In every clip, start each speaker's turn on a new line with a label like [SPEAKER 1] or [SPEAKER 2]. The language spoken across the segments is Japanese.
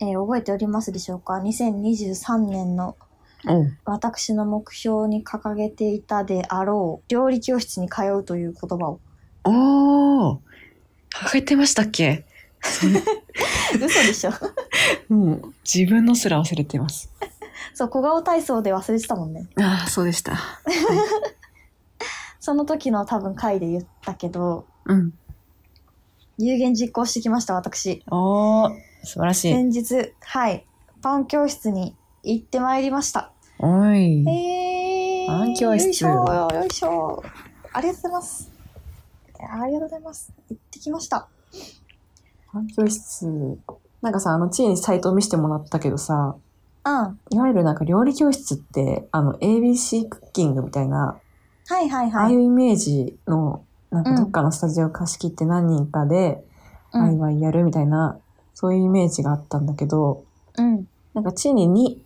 [SPEAKER 1] えー覚えておりますでしょうか2023年の
[SPEAKER 2] うん。
[SPEAKER 1] 私の目標に掲げていたであろう料理教室に通うという言葉 を
[SPEAKER 2] ああ。書いてましたっけ
[SPEAKER 1] 嘘でしょ
[SPEAKER 2] うん。自分のすら忘れてます。
[SPEAKER 1] そう小顔体操で忘れてたもんね
[SPEAKER 2] ああ、そうでした。
[SPEAKER 1] その時の多分回で言ったけど
[SPEAKER 2] うん。
[SPEAKER 1] 有言実行してきました私
[SPEAKER 2] おー、素晴らしい。
[SPEAKER 1] 先日はいパン教室に行ってまいりました
[SPEAKER 2] おい。
[SPEAKER 1] えー、
[SPEAKER 2] パン教室
[SPEAKER 1] よいしょよいしょありがとうございますありがとうございます行ってきました
[SPEAKER 2] 環境室、なんかさ、あの、知恵にサイトを見せてもらったけどさ、
[SPEAKER 1] うんはい
[SPEAKER 2] わゆるなんか料理教室って、あの、ABC クッキングみたいな、
[SPEAKER 1] いはい
[SPEAKER 2] ああ
[SPEAKER 1] はいい、
[SPEAKER 2] うイメージの、なん
[SPEAKER 1] う
[SPEAKER 2] か
[SPEAKER 1] ん
[SPEAKER 2] どっかのスタジオ貸し切って何人かで、
[SPEAKER 1] う
[SPEAKER 2] ワイ
[SPEAKER 1] ん
[SPEAKER 2] ワイやるみたいな、そういうイメージがあったんだけど、
[SPEAKER 1] うん
[SPEAKER 2] なんか知恵にに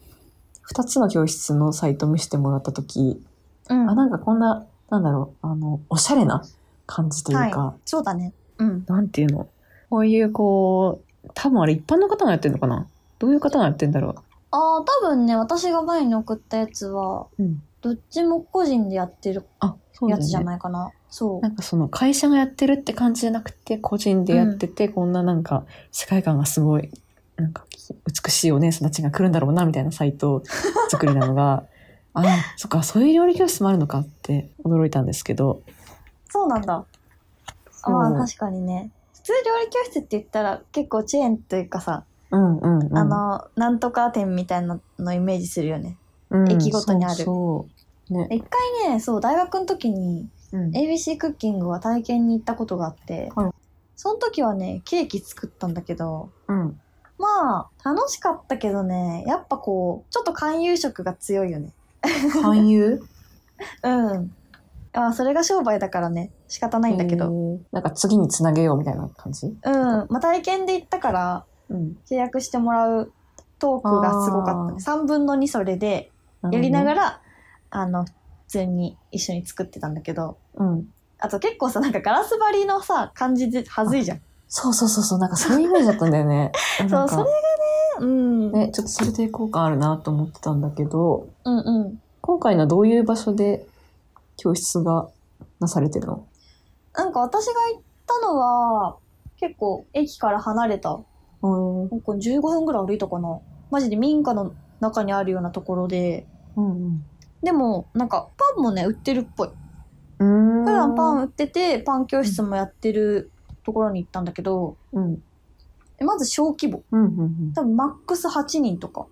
[SPEAKER 2] 二つの教室のサイト見せてもらったとき、
[SPEAKER 1] うん
[SPEAKER 2] あ、なんかこんな、なんだろう、あの、おしゃれな感じというか、
[SPEAKER 1] そうだねうん
[SPEAKER 2] なんていうのこういうこう、多分あれ一般の方がやってるのかなどういう方がやってんだろ
[SPEAKER 1] ああ多分ね私が前に送ったやつは
[SPEAKER 2] ううん。
[SPEAKER 1] どっちも個人でやってる
[SPEAKER 2] あ、そうだ
[SPEAKER 1] や
[SPEAKER 2] よ
[SPEAKER 1] つじゃ
[SPEAKER 2] ね。
[SPEAKER 1] ないかなそう,、
[SPEAKER 2] なんかその会社がやってるって感じじゃなくて、個人でやってて、こんななんか世界観がすごい、なんか美しいお姉さんたちが来るんだろうな、みたいなサイト作りな のが、あ、そっか、そういう料理教室もあるのかって驚いたんですけど。
[SPEAKER 1] そうなんだあまあ確かにね普通料理教室って言ったら結構チェーンというかさ、
[SPEAKER 2] うんうんうん。
[SPEAKER 1] あのなんとか店みたいなのイメージするよね
[SPEAKER 2] うん
[SPEAKER 1] 駅ごとにある
[SPEAKER 2] そうそうね。
[SPEAKER 1] 一回ねそう大学の時に
[SPEAKER 2] うん
[SPEAKER 1] ABC クッキングは体験に行ったことがあって、
[SPEAKER 2] はい
[SPEAKER 1] その時はねケーキ作ったんだけど
[SPEAKER 2] うん。
[SPEAKER 1] まあ楽しかったけどねやっぱこうちょっと勧誘色が強いよね
[SPEAKER 2] 勧誘
[SPEAKER 1] うんあそれが商売だからね仕方ないんだけど、
[SPEAKER 2] ど。なんか次につなげようみたいな感じ
[SPEAKER 1] うんまあ、体験で行ったから
[SPEAKER 2] うん。
[SPEAKER 1] 契約してもらうトークがすごかった3分の2それでやりなが
[SPEAKER 2] ら。
[SPEAKER 1] ら、あの普通に一緒に作ってたんだけど
[SPEAKER 2] うん。
[SPEAKER 1] あと結構さなんかガラス張りのさ感じではずいじゃん
[SPEAKER 2] そうそうそうそう、なんかそういうイメージだったんだよ ね。
[SPEAKER 1] そ
[SPEAKER 2] なん
[SPEAKER 1] う
[SPEAKER 2] か
[SPEAKER 1] それがねうん、
[SPEAKER 2] ね、ちょっとそれ抵抗感あるなと思ってたんだけど、
[SPEAKER 1] うんうん
[SPEAKER 2] 今回のはどういう場所で教室がなされてるの
[SPEAKER 1] なんか私が行ったのは結構駅から離れたなんか
[SPEAKER 2] うん。
[SPEAKER 1] 15分ぐらい歩いたかなマジで民家の中にあるようなところで
[SPEAKER 2] うん。
[SPEAKER 1] でもなんかパンもね売ってるっぽい
[SPEAKER 2] うん。
[SPEAKER 1] 普段パン
[SPEAKER 2] ン。
[SPEAKER 1] 売っててパン教室もやってるところに行ったんだけど
[SPEAKER 2] うん。
[SPEAKER 1] えまず小規模
[SPEAKER 2] うん。うん。
[SPEAKER 1] 多分マックス8人とか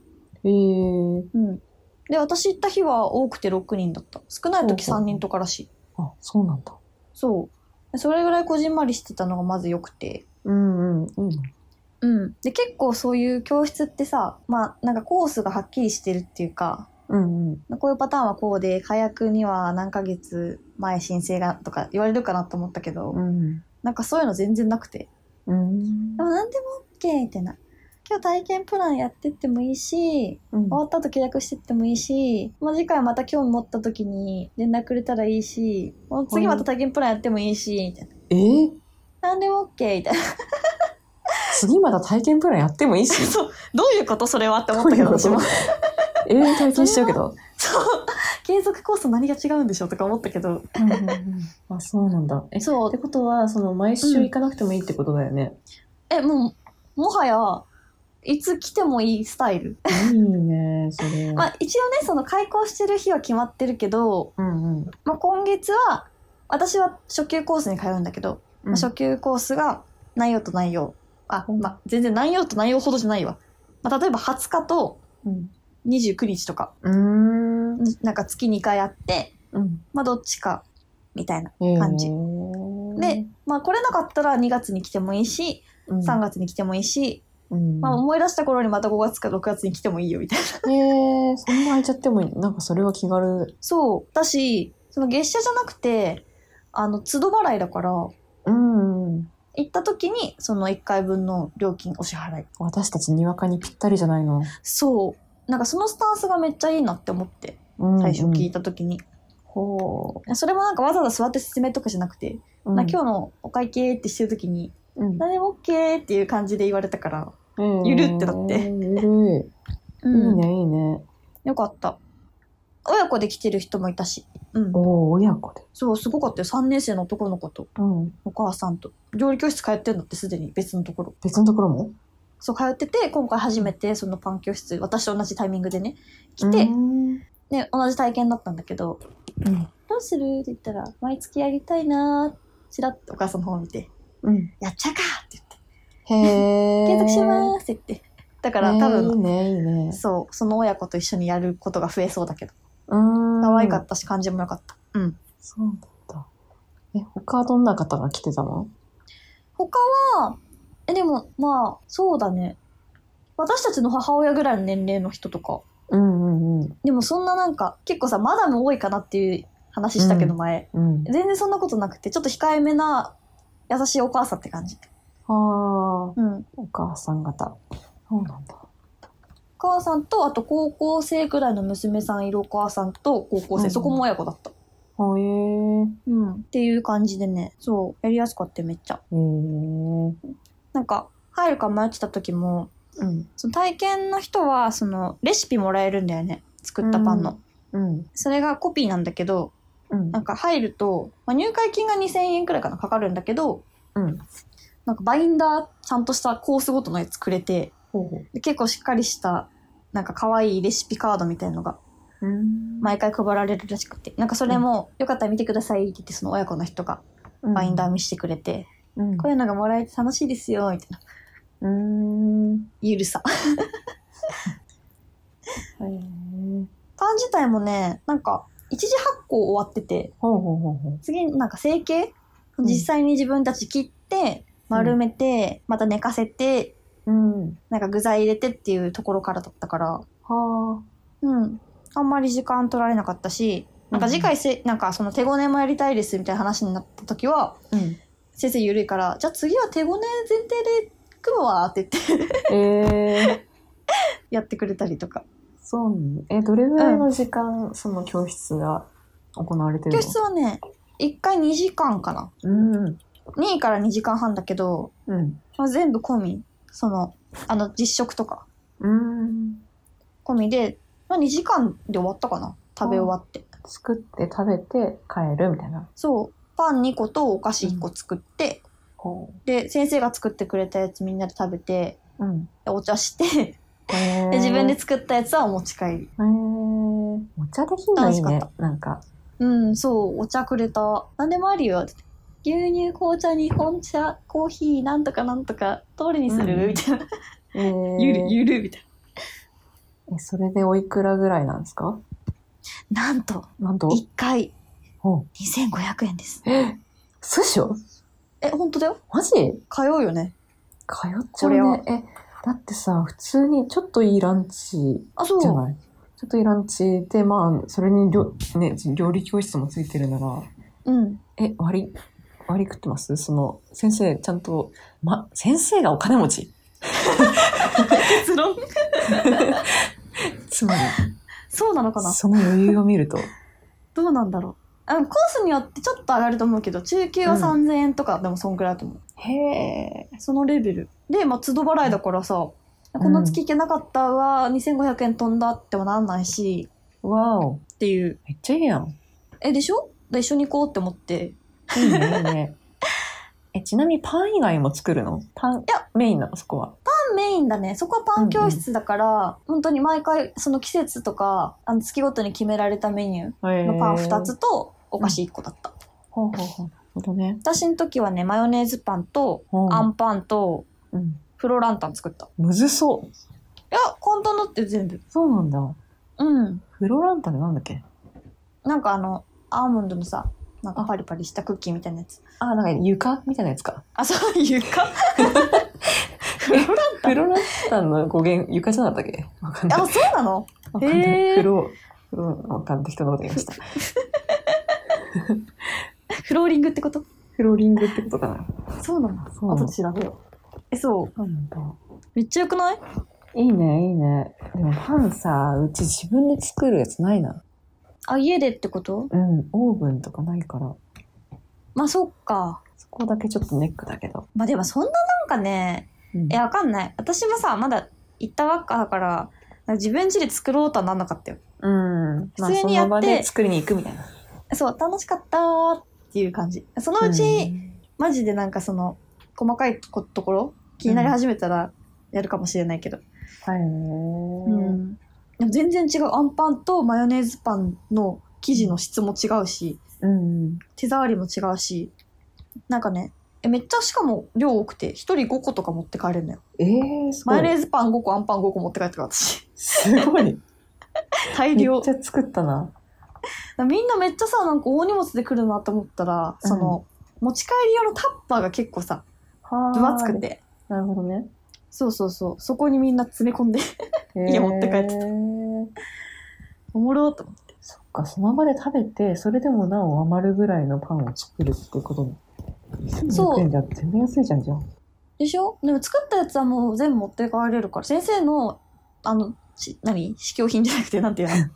[SPEAKER 2] えー。
[SPEAKER 1] うんで私行った日は多くて6人だった少ない時
[SPEAKER 2] ほうほう
[SPEAKER 1] 3人とからしい
[SPEAKER 2] あ、そうなんだ。
[SPEAKER 1] そうでそれぐらいこじんまりしてたのがまず良くて
[SPEAKER 2] うんうん。いいね。
[SPEAKER 1] うんで結構そういう教室ってさまあなんかコースがはっきりしてるっていうか
[SPEAKER 2] うんうん。
[SPEAKER 1] こういうパターンはこうで火薬には何ヶ月前申請がとか言われるかなと思ったけど、
[SPEAKER 2] うん。
[SPEAKER 1] なんかそういうの全然なくて
[SPEAKER 2] うん
[SPEAKER 1] で。も何でも OK みたいな。今日体験プランやってってもいいし、
[SPEAKER 2] うん
[SPEAKER 1] 終わった後契約してってもいいし、まあ、次回また興味持った時に連絡くれたらいいし、もう次また体験プランやってもいいし、みたいな。
[SPEAKER 2] えー、
[SPEAKER 1] 何でも OK みたいな。
[SPEAKER 2] 次また体験プランやってもいいし。
[SPEAKER 1] そう、どういうことそれはって思ったけど、
[SPEAKER 2] どういうこと
[SPEAKER 1] 私も。
[SPEAKER 2] え ー、体験しちゃうけど。
[SPEAKER 1] そう、 継続コース何が違うんでしょうとか思ったけど。
[SPEAKER 2] うんうんうんあ、そうなんだ。え、
[SPEAKER 1] そ
[SPEAKER 2] っ
[SPEAKER 1] う
[SPEAKER 2] て、ことは、その、毎週行かなくてもいいってことだよね。
[SPEAKER 1] え、もう、もはや、いつ来てもいいスタイル。
[SPEAKER 2] いいね、それ。
[SPEAKER 1] まあ、一応ね、その開校してる日は決まってるけど、
[SPEAKER 2] うんうん。
[SPEAKER 1] まあ、今月は、私は初級コースに通うんだけど、まあ初級コースが内容と内容あ、まあ、全然内容と内容ほどじゃないわ、まあ、例えば20日と
[SPEAKER 2] うん。
[SPEAKER 1] 29日とか
[SPEAKER 2] うん。
[SPEAKER 1] なんか月2回あって、
[SPEAKER 2] うん。
[SPEAKER 1] まあ、どっちかみたいな、
[SPEAKER 2] 感
[SPEAKER 1] 感じで、、まあ、来れなかったら2月に来てもいいし3
[SPEAKER 2] 月。
[SPEAKER 1] 月に来てもいいし、
[SPEAKER 2] うん。
[SPEAKER 1] まあ、思い出した頃にまた5月か6月に来てもいいよみたいな
[SPEAKER 2] えー、そんな空いちゃってもいい。なんか、それは気軽。
[SPEAKER 1] そうだしその月謝じゃなくてあの都度払いだから行
[SPEAKER 2] うんうん。
[SPEAKER 1] った時にその1回分の料金お支払い
[SPEAKER 2] 私たちにわかにぴったりじゃないの。
[SPEAKER 1] そうなんかそのスタンスがめっちゃいいなって思って
[SPEAKER 2] うんうん
[SPEAKER 1] 最初聞いた時に、
[SPEAKER 2] ほ
[SPEAKER 1] それもなんかわざわざ座って説明とかじゃなくて、
[SPEAKER 2] う。
[SPEAKER 1] なんか今日のお会計ってしてる時に
[SPEAKER 2] 日、う
[SPEAKER 1] 「
[SPEAKER 2] ん
[SPEAKER 1] 何でも OK」っていう感じで言われたからゆるってなって
[SPEAKER 2] えーゆるい。いいね、いいね。
[SPEAKER 1] よかった親子で来てる人もいたし、うん、
[SPEAKER 2] おお、親子で。
[SPEAKER 1] そうすごかったよ3年生の男の子と
[SPEAKER 2] うん。
[SPEAKER 1] お母さんと料理教室通ってんだってすでに別のところ
[SPEAKER 2] 別のところも
[SPEAKER 1] そう通ってて今回初めてそのパン教室私と同じタイミングでね来て、
[SPEAKER 2] うん
[SPEAKER 1] ね、同じ体験だったんだけど
[SPEAKER 2] うん。
[SPEAKER 1] 「どうする?」って言ったら「毎月やりたいな」ちらっとお母さんの方を見て
[SPEAKER 2] うん。
[SPEAKER 1] 「やっちゃうか!」って言って
[SPEAKER 2] へえ。
[SPEAKER 1] 「継続しまーす」って言ってだか
[SPEAKER 2] だ
[SPEAKER 1] ら多分、
[SPEAKER 2] いいね、いいね。
[SPEAKER 1] そうその親子と一緒にやることが増えそうだけど
[SPEAKER 2] うん。
[SPEAKER 1] 可愛かったし感じも良かったうん
[SPEAKER 2] そうだった。え、他どんな方が来てたの
[SPEAKER 1] 他はえでもまあそうだね私たちの母親ぐらいの年齢の人とか
[SPEAKER 2] うんうんうん。
[SPEAKER 1] でもそんななんか結構さマダム多いかなっていう話したけど前、
[SPEAKER 2] うん。
[SPEAKER 1] 全然そんなことなくてちょっと控えめな優しいお母さんって感じ
[SPEAKER 2] ああ、
[SPEAKER 1] うん
[SPEAKER 2] お母さん方。そうなんだ。
[SPEAKER 1] お母さんとあと高校生くらいの娘さんいるお母さんと高校生、
[SPEAKER 2] うん
[SPEAKER 1] そこも親子だった、
[SPEAKER 2] ほえー。
[SPEAKER 1] うん、っていう感じでねそうやりやすかったよめっちゃ
[SPEAKER 2] えー。
[SPEAKER 1] なんか入るか迷ってた時も
[SPEAKER 2] うん。
[SPEAKER 1] その体験の人はそのレシピもらえるんだよね作ったパンの、
[SPEAKER 2] うん。
[SPEAKER 1] それがコピーなんだけど
[SPEAKER 2] うん
[SPEAKER 1] なんか入ると、まあ、入会金が2,000円くらいかなかかるんだけど
[SPEAKER 2] うん。
[SPEAKER 1] なんかバインダーちゃんとしたコースごとのやつくれて
[SPEAKER 2] ほうほう。
[SPEAKER 1] で結構しっかりしたなんか可愛いレシピカードみたいのが
[SPEAKER 2] うん
[SPEAKER 1] 毎回配られるらしくてなんかそれも、よかったら見てくださいって言ってその親子の人がバインダー見せてくれて、
[SPEAKER 2] うん
[SPEAKER 1] こういうのがもらえて楽しいですよみたいな
[SPEAKER 2] うん。
[SPEAKER 1] ゆるさ
[SPEAKER 2] へー
[SPEAKER 1] パン自体もねなんか一次発行終わってて
[SPEAKER 2] ほうほうほうほう。
[SPEAKER 1] 次なんか成形
[SPEAKER 2] ん
[SPEAKER 1] 実際に自分たち切って丸めて、また寝かせて
[SPEAKER 2] うん。
[SPEAKER 1] なんか具材入れてっていうところからだったから
[SPEAKER 2] は
[SPEAKER 1] うんあんまり時間取られなかったしなんか次回せ、なんかその手ごねもやりたいですみたいな話になった時は
[SPEAKER 2] あ。うん。
[SPEAKER 1] 先生緩いからじゃあ次は手ごね前提で組むわって言って
[SPEAKER 2] えー。
[SPEAKER 1] やってくれたりとか
[SPEAKER 2] そうなんえ、どれぐらいの時間、その教室が行われてる
[SPEAKER 1] 教
[SPEAKER 2] の
[SPEAKER 1] 室はね1回2時間かな
[SPEAKER 2] うん。
[SPEAKER 1] 2から2時間半だけど
[SPEAKER 2] うん。
[SPEAKER 1] まあ全部込みそのあの実食とか
[SPEAKER 2] うん。
[SPEAKER 1] 込みで、まあ、2時間で終わったかな食べ終わって、
[SPEAKER 2] 作って食べて帰るみたいな。
[SPEAKER 1] そうパン2個とお菓子1個作って、
[SPEAKER 2] ほ
[SPEAKER 1] で先生が作ってくれたやつみんなで食べて
[SPEAKER 2] う。うん。
[SPEAKER 1] お茶して
[SPEAKER 2] へー
[SPEAKER 1] で自分で作ったやつはお持ち帰り
[SPEAKER 2] えー、お茶できんのいいね
[SPEAKER 1] 楽しか。
[SPEAKER 2] なんか。
[SPEAKER 1] うんそうお茶くれた何でもあるよって牛乳紅茶日本茶コーヒーなんとかなんとかどれにする、
[SPEAKER 2] うん
[SPEAKER 1] みたいな
[SPEAKER 2] えー
[SPEAKER 1] ゆるゆるみたい
[SPEAKER 2] え、それでおいくらぐらいなんですか
[SPEAKER 1] ななんと
[SPEAKER 2] なんと。
[SPEAKER 1] 1回
[SPEAKER 2] おう
[SPEAKER 1] 2500円です
[SPEAKER 2] え、スショ
[SPEAKER 1] え本当だよ
[SPEAKER 2] マジ通っ
[SPEAKER 1] 通うよね
[SPEAKER 2] ちゃ
[SPEAKER 1] こ
[SPEAKER 2] う
[SPEAKER 1] れは
[SPEAKER 2] ね。え、だってさ、普通にちょっといいランチ
[SPEAKER 1] あそう
[SPEAKER 2] じゃないちょっといいランチで、まあ、それにりょ、ね、料理教室もついてるなら、
[SPEAKER 1] うん
[SPEAKER 2] え、割り、割り食ってますその、先生、ちゃんと、ま、先生がお金持ち
[SPEAKER 1] 結論
[SPEAKER 2] つまり、
[SPEAKER 1] そうなのかな
[SPEAKER 2] その余裕を見ると。
[SPEAKER 1] どうなんだろうあのコースによってちょっと上がると思うけど中級は
[SPEAKER 2] うん
[SPEAKER 1] 3000円とか、でもそんくらいだと思う
[SPEAKER 2] へえ。
[SPEAKER 1] そのレベルでまあ都度払いだからさ、
[SPEAKER 2] ん
[SPEAKER 1] この月行けなかったは2500円飛んだってもなんないし
[SPEAKER 2] わお。
[SPEAKER 1] っていう
[SPEAKER 2] めっちゃいいやん。
[SPEAKER 1] えでしょで一緒に行こうって思って
[SPEAKER 2] いいね、いい ね。え、ちなみにパン以外も作るのパン、いや
[SPEAKER 1] や、
[SPEAKER 2] メインなの、そこは。
[SPEAKER 1] パンメインだねそこはパン教室だから、本当に毎回その季節とかあの月ごとに決められたメニュ
[SPEAKER 2] へ
[SPEAKER 1] ー
[SPEAKER 2] ー
[SPEAKER 1] のパン2。つとお菓子1個だった、
[SPEAKER 2] ほうほうほう。なるほどね。
[SPEAKER 1] 私の時はねマヨネーズパンと
[SPEAKER 2] うん
[SPEAKER 1] あんパンと
[SPEAKER 2] うん。
[SPEAKER 1] フロランタン作ったい
[SPEAKER 2] むずそう。
[SPEAKER 1] や簡単だって全部
[SPEAKER 2] そうなんだ。
[SPEAKER 1] うん
[SPEAKER 2] フロランタンってなんだっけ
[SPEAKER 1] なんかあの、アーモンドのさ、なんかパリパリしたクッキーみたいなやつ。
[SPEAKER 2] あ、なんか床みたいなやつか。
[SPEAKER 1] あ、そう、床フロランタ
[SPEAKER 2] フ
[SPEAKER 1] ン
[SPEAKER 2] ロランタンの語源、床じゃなかったっけわかんない。
[SPEAKER 1] あ、そうなの
[SPEAKER 2] わかんない
[SPEAKER 1] へー
[SPEAKER 2] フロ、フロ、わかんない。適当なこと言いま した。
[SPEAKER 1] フローリングってこと
[SPEAKER 2] フローリングってことかな。
[SPEAKER 1] そうなの
[SPEAKER 2] そうなの
[SPEAKER 1] 後で調べよう。え、そう。
[SPEAKER 2] そうなんだ。
[SPEAKER 1] めっちゃよくない
[SPEAKER 2] いいね、いいね。でもパンさ、うち自分で作るやつないな。
[SPEAKER 1] あ、家でってこと
[SPEAKER 2] うん、オーブンとかないから。
[SPEAKER 1] まあ、そっか。
[SPEAKER 2] そこだけちょっとネックだけど。
[SPEAKER 1] まあ、でもそんななんかね、
[SPEAKER 2] うん
[SPEAKER 1] え、わかんない。私もさ、まだ行ったばっかだから、自分家で作ろうとはなんなかったよ。
[SPEAKER 2] うん。まあ、
[SPEAKER 1] 普通
[SPEAKER 2] そ
[SPEAKER 1] にやって
[SPEAKER 2] の場で作りに行くみたいな。
[SPEAKER 1] そう、楽しかったーっていう感じ。そのうち、マジでなんかその、細かいこところ、気になり始めたら、やるかもしれないけど。
[SPEAKER 2] はいね。
[SPEAKER 1] でも全然違う。あんパンとマヨネーズパンの生地の質も違うし、
[SPEAKER 2] うん。
[SPEAKER 1] 手触りも違うし、なんかね、えめっちゃしかも量多くて、1人5個とか持って帰れるのよ。
[SPEAKER 2] えー、すご
[SPEAKER 1] マヨネ
[SPEAKER 2] い。
[SPEAKER 1] ーズパン5個、あんパン5個持って帰ってくる私。
[SPEAKER 2] すごい。
[SPEAKER 1] 大
[SPEAKER 2] め
[SPEAKER 1] 量
[SPEAKER 2] っち。ゃ作ったな。
[SPEAKER 1] みんなめっちゃさなんか大荷物で来るなと思ったら、その持ち帰り用のタッパーが結構さ分厚く。て
[SPEAKER 2] なるほどね。
[SPEAKER 1] そうそうそうそこにみんな詰め込んで 家持って帰ってた
[SPEAKER 2] へー
[SPEAKER 1] おもろーと思って
[SPEAKER 2] そっか、その場で食べて、それでもなお余るぐらいのパンを作るってことも。
[SPEAKER 1] そう
[SPEAKER 2] 1200円じゃ全然安いじゃんじゃん。
[SPEAKER 1] でしょでも作ったやつはもう全部持って帰れるから先生のあのし何試供品じゃなくてなんて いうの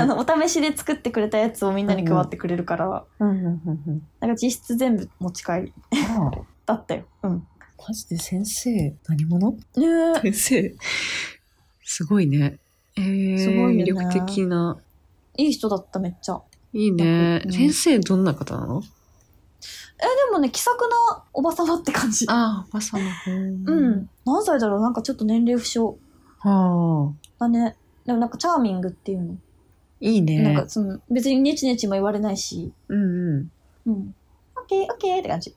[SPEAKER 1] あのお試しで作ってくれたやつをみんなに配ってくれるから、
[SPEAKER 2] うんうんうんうん。
[SPEAKER 1] なんか実質全部持ち帰り
[SPEAKER 2] ああ、
[SPEAKER 1] だったようん
[SPEAKER 2] マジで先生、何者
[SPEAKER 1] ねえ
[SPEAKER 2] 先生、すごいね。えー、
[SPEAKER 1] すごいよね
[SPEAKER 2] 魅力的な。
[SPEAKER 1] いい人だっためっちゃ
[SPEAKER 2] いいね。
[SPEAKER 1] うん
[SPEAKER 2] 先生、どんな方なの
[SPEAKER 1] えでもね気さくなおばさまって感じ
[SPEAKER 2] ああ、おばさま。
[SPEAKER 1] う。
[SPEAKER 2] うん
[SPEAKER 1] 何歳だろうなんかちょっと年齢不詳
[SPEAKER 2] はあ、
[SPEAKER 1] だね。でもなんかチャーミングっていうの。
[SPEAKER 2] いいね。
[SPEAKER 1] なんかその別にネチネチも言われないし。
[SPEAKER 2] うんう
[SPEAKER 1] う
[SPEAKER 2] ん。
[SPEAKER 1] ん。オッケーオッケーって感じ。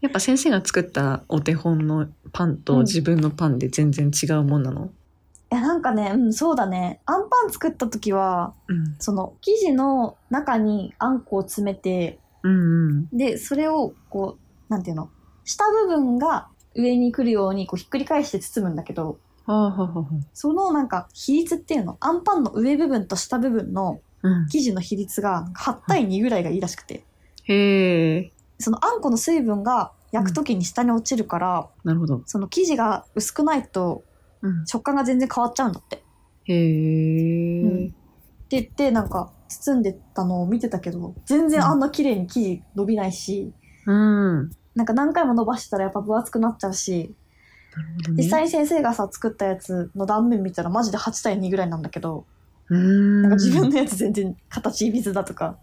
[SPEAKER 2] やっぱ先生が作ったお手本のパン
[SPEAKER 1] うん
[SPEAKER 2] と自分のパンで全然違うもんなの、
[SPEAKER 1] いやなんかね、うん、そうだね。あんパン作った時は、
[SPEAKER 2] うん、
[SPEAKER 1] その生地の中にあんこを詰めて、
[SPEAKER 2] うんうん
[SPEAKER 1] で、それをこう、なんていうの下部分が上に来るようにこうひっくり返して包むんだけど、
[SPEAKER 2] はあはあはあ
[SPEAKER 1] そのなんか比率っていうの、あんパンの上部分と下部分の
[SPEAKER 2] うん、
[SPEAKER 1] 生地の比率が8対2ぐらいがいいらしくて。
[SPEAKER 2] へえ
[SPEAKER 1] そのあんこの水分が焼く時に下に落ちるから、
[SPEAKER 2] なるほど、
[SPEAKER 1] その生地が薄くないと
[SPEAKER 2] うん、
[SPEAKER 1] 食感が全然変わっちゃうんだって。って
[SPEAKER 2] へえ、
[SPEAKER 1] うん言ってなんか包んでたのを見てたけど全然あんな綺麗に生地伸びないし、
[SPEAKER 2] うんな
[SPEAKER 1] なんか何回も伸ばしたらやっぱ分厚くなっちゃうし、
[SPEAKER 2] るほどね
[SPEAKER 1] 実際に先生がさ作ったやつの断面見たらマジで8対2ぐらいなんだけど、
[SPEAKER 2] うん
[SPEAKER 1] なんか自分のやつ全然形いびつだとか。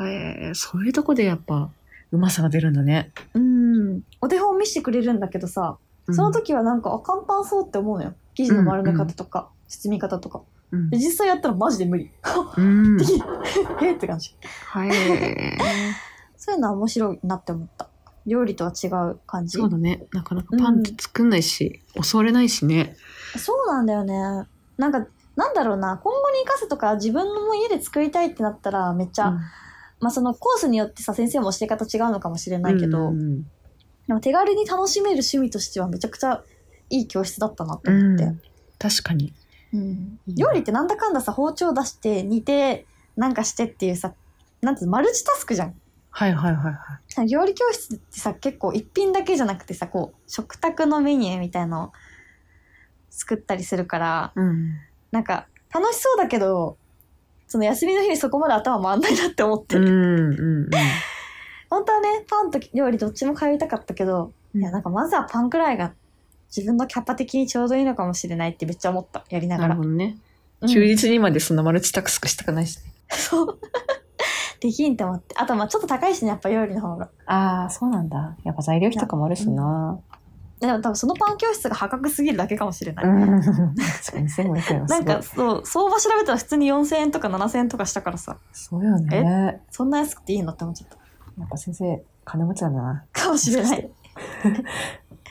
[SPEAKER 2] へえそういうとこでやっぱうまさが出るんだね、
[SPEAKER 1] うん。お手本見せてくれるんだけどさ、
[SPEAKER 2] うん
[SPEAKER 1] その、時はなんかあ簡単そうって思うのよ。生地の丸め方とか、包み方とか。
[SPEAKER 2] うん
[SPEAKER 1] で実際やったらマジで無理。
[SPEAKER 2] うん、へ
[SPEAKER 1] えって感じ。
[SPEAKER 2] え
[SPEAKER 1] そういうのは面白いなって思った。料理とは違う感じ。
[SPEAKER 2] そうだねなかなかパンって作んないし、襲われないしね
[SPEAKER 1] そうなんだよね。なんか、なんだろうな、今後に生かすとか、自分の家で作りたいってなったら、めっちゃ、
[SPEAKER 2] うん
[SPEAKER 1] まあそのコースによってさ、先生も教え方違うのかもしれないけど、
[SPEAKER 2] うんうん
[SPEAKER 1] でも手軽に楽しめる趣味としてはめちゃくちゃいい教室だったなって
[SPEAKER 2] う
[SPEAKER 1] 思っ
[SPEAKER 2] ん
[SPEAKER 1] て。
[SPEAKER 2] 確かに
[SPEAKER 1] うん料理ってなんだかんださ、包丁出して、煮て、なんかしてっていうさ、なんていうのマルチタスクじゃん。
[SPEAKER 2] はいはいはいはい
[SPEAKER 1] 料理教室ってさ結構一品だけじゃなくてさこう食卓のメニューみたいのを作ったりするから
[SPEAKER 2] うん
[SPEAKER 1] なんか楽しそうだけどその休みの日にそこまで頭回んないなって思って、
[SPEAKER 2] うんうん
[SPEAKER 1] 本当はねパンと料理どっちも通いたかったけど、
[SPEAKER 2] うん
[SPEAKER 1] いやなんかまずはパンくらいが自分のキャパ的にちょうどいいのかもしれないってめっちゃ思ったやりなが
[SPEAKER 2] なる
[SPEAKER 1] ら
[SPEAKER 2] ほどね。
[SPEAKER 1] うん
[SPEAKER 2] 休日にまでそんなマルチタスクしたくないし、ね
[SPEAKER 1] そうできんって思ってあとまあちょっと高いしねやっぱ料理の方が
[SPEAKER 2] ああ、そうなんだ。やっぱ材料費とかもあるしな。
[SPEAKER 1] でも多分そのパン教室が破格すぎるだけかもしれない、
[SPEAKER 2] うん。確かに1500円はす
[SPEAKER 1] な
[SPEAKER 2] ごい
[SPEAKER 1] んかそう相場調べたら普通に4000円とか7000円とかしたからさ
[SPEAKER 2] そうよね。
[SPEAKER 1] そんな安くていいのって思っちゃった
[SPEAKER 2] やっぱ先生、金持ちなんだな。
[SPEAKER 1] かもしれな
[SPEAKER 2] もし
[SPEAKER 1] い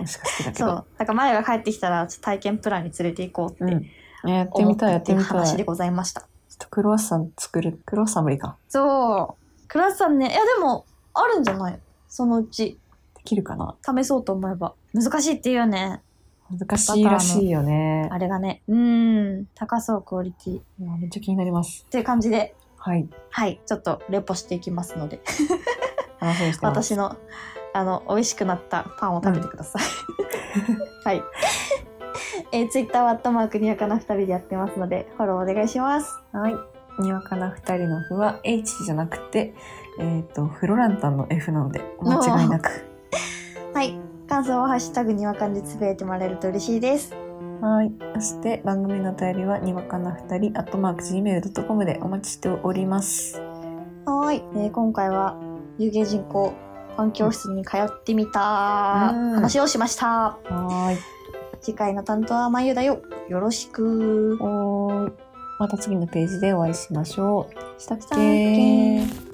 [SPEAKER 2] もしかしてだけ
[SPEAKER 1] そ
[SPEAKER 2] ど。
[SPEAKER 1] うだから前が帰ってきたらちょっと体験プランに連れて行こう
[SPEAKER 2] う
[SPEAKER 1] っ
[SPEAKER 2] ん
[SPEAKER 1] て。
[SPEAKER 2] やって
[SPEAKER 1] 思
[SPEAKER 2] み
[SPEAKER 1] った
[SPEAKER 2] い、
[SPEAKER 1] た
[SPEAKER 2] や
[SPEAKER 1] っ
[SPEAKER 2] ってて
[SPEAKER 1] いう
[SPEAKER 2] みたい。
[SPEAKER 1] 話
[SPEAKER 2] ち
[SPEAKER 1] で
[SPEAKER 2] ょ
[SPEAKER 1] ございました
[SPEAKER 2] っとクロワッサン作る、クロワッサン無理か。
[SPEAKER 1] そうクラスさんねいやでもあるんじゃないそのうち
[SPEAKER 2] できるかな。
[SPEAKER 1] 試そうと思えば難しいっていうよね
[SPEAKER 2] 難しいらしいよね。
[SPEAKER 1] あれがねうん高そうクオリティっ
[SPEAKER 2] いやめっちゃ気になります。
[SPEAKER 1] ていう感じで
[SPEAKER 2] はい。
[SPEAKER 1] はいちょっとレポしていきますので
[SPEAKER 2] 楽しみにしてます。
[SPEAKER 1] 私のあの美味しくなったパンを食べてくだ さい。はい。えー、ツイッターはアットマークにわかな二人でやってますのでフォローお願いします。
[SPEAKER 2] はい。にわかな二人の「ふ」は H じゃなくて、えっ、と、フロランタンの F なので、お間違いなく。
[SPEAKER 1] はい。感想はハッシュタグにわかんでつぶやいてもらえると嬉しいです。
[SPEAKER 2] はい。そして番組のお便りはにわかな二人、アットマーク Gmail.com でお待ちしております。
[SPEAKER 1] はーい、えー今回は有形人口環境室に通ってみた
[SPEAKER 2] うん
[SPEAKER 1] 話をしました。
[SPEAKER 2] はーい。
[SPEAKER 1] 次回の担当はまゆだよ。よろしく。
[SPEAKER 2] おーいまた次のページでお会いしましょう。したっ
[SPEAKER 1] さっけ
[SPEAKER 2] けー
[SPEAKER 1] ー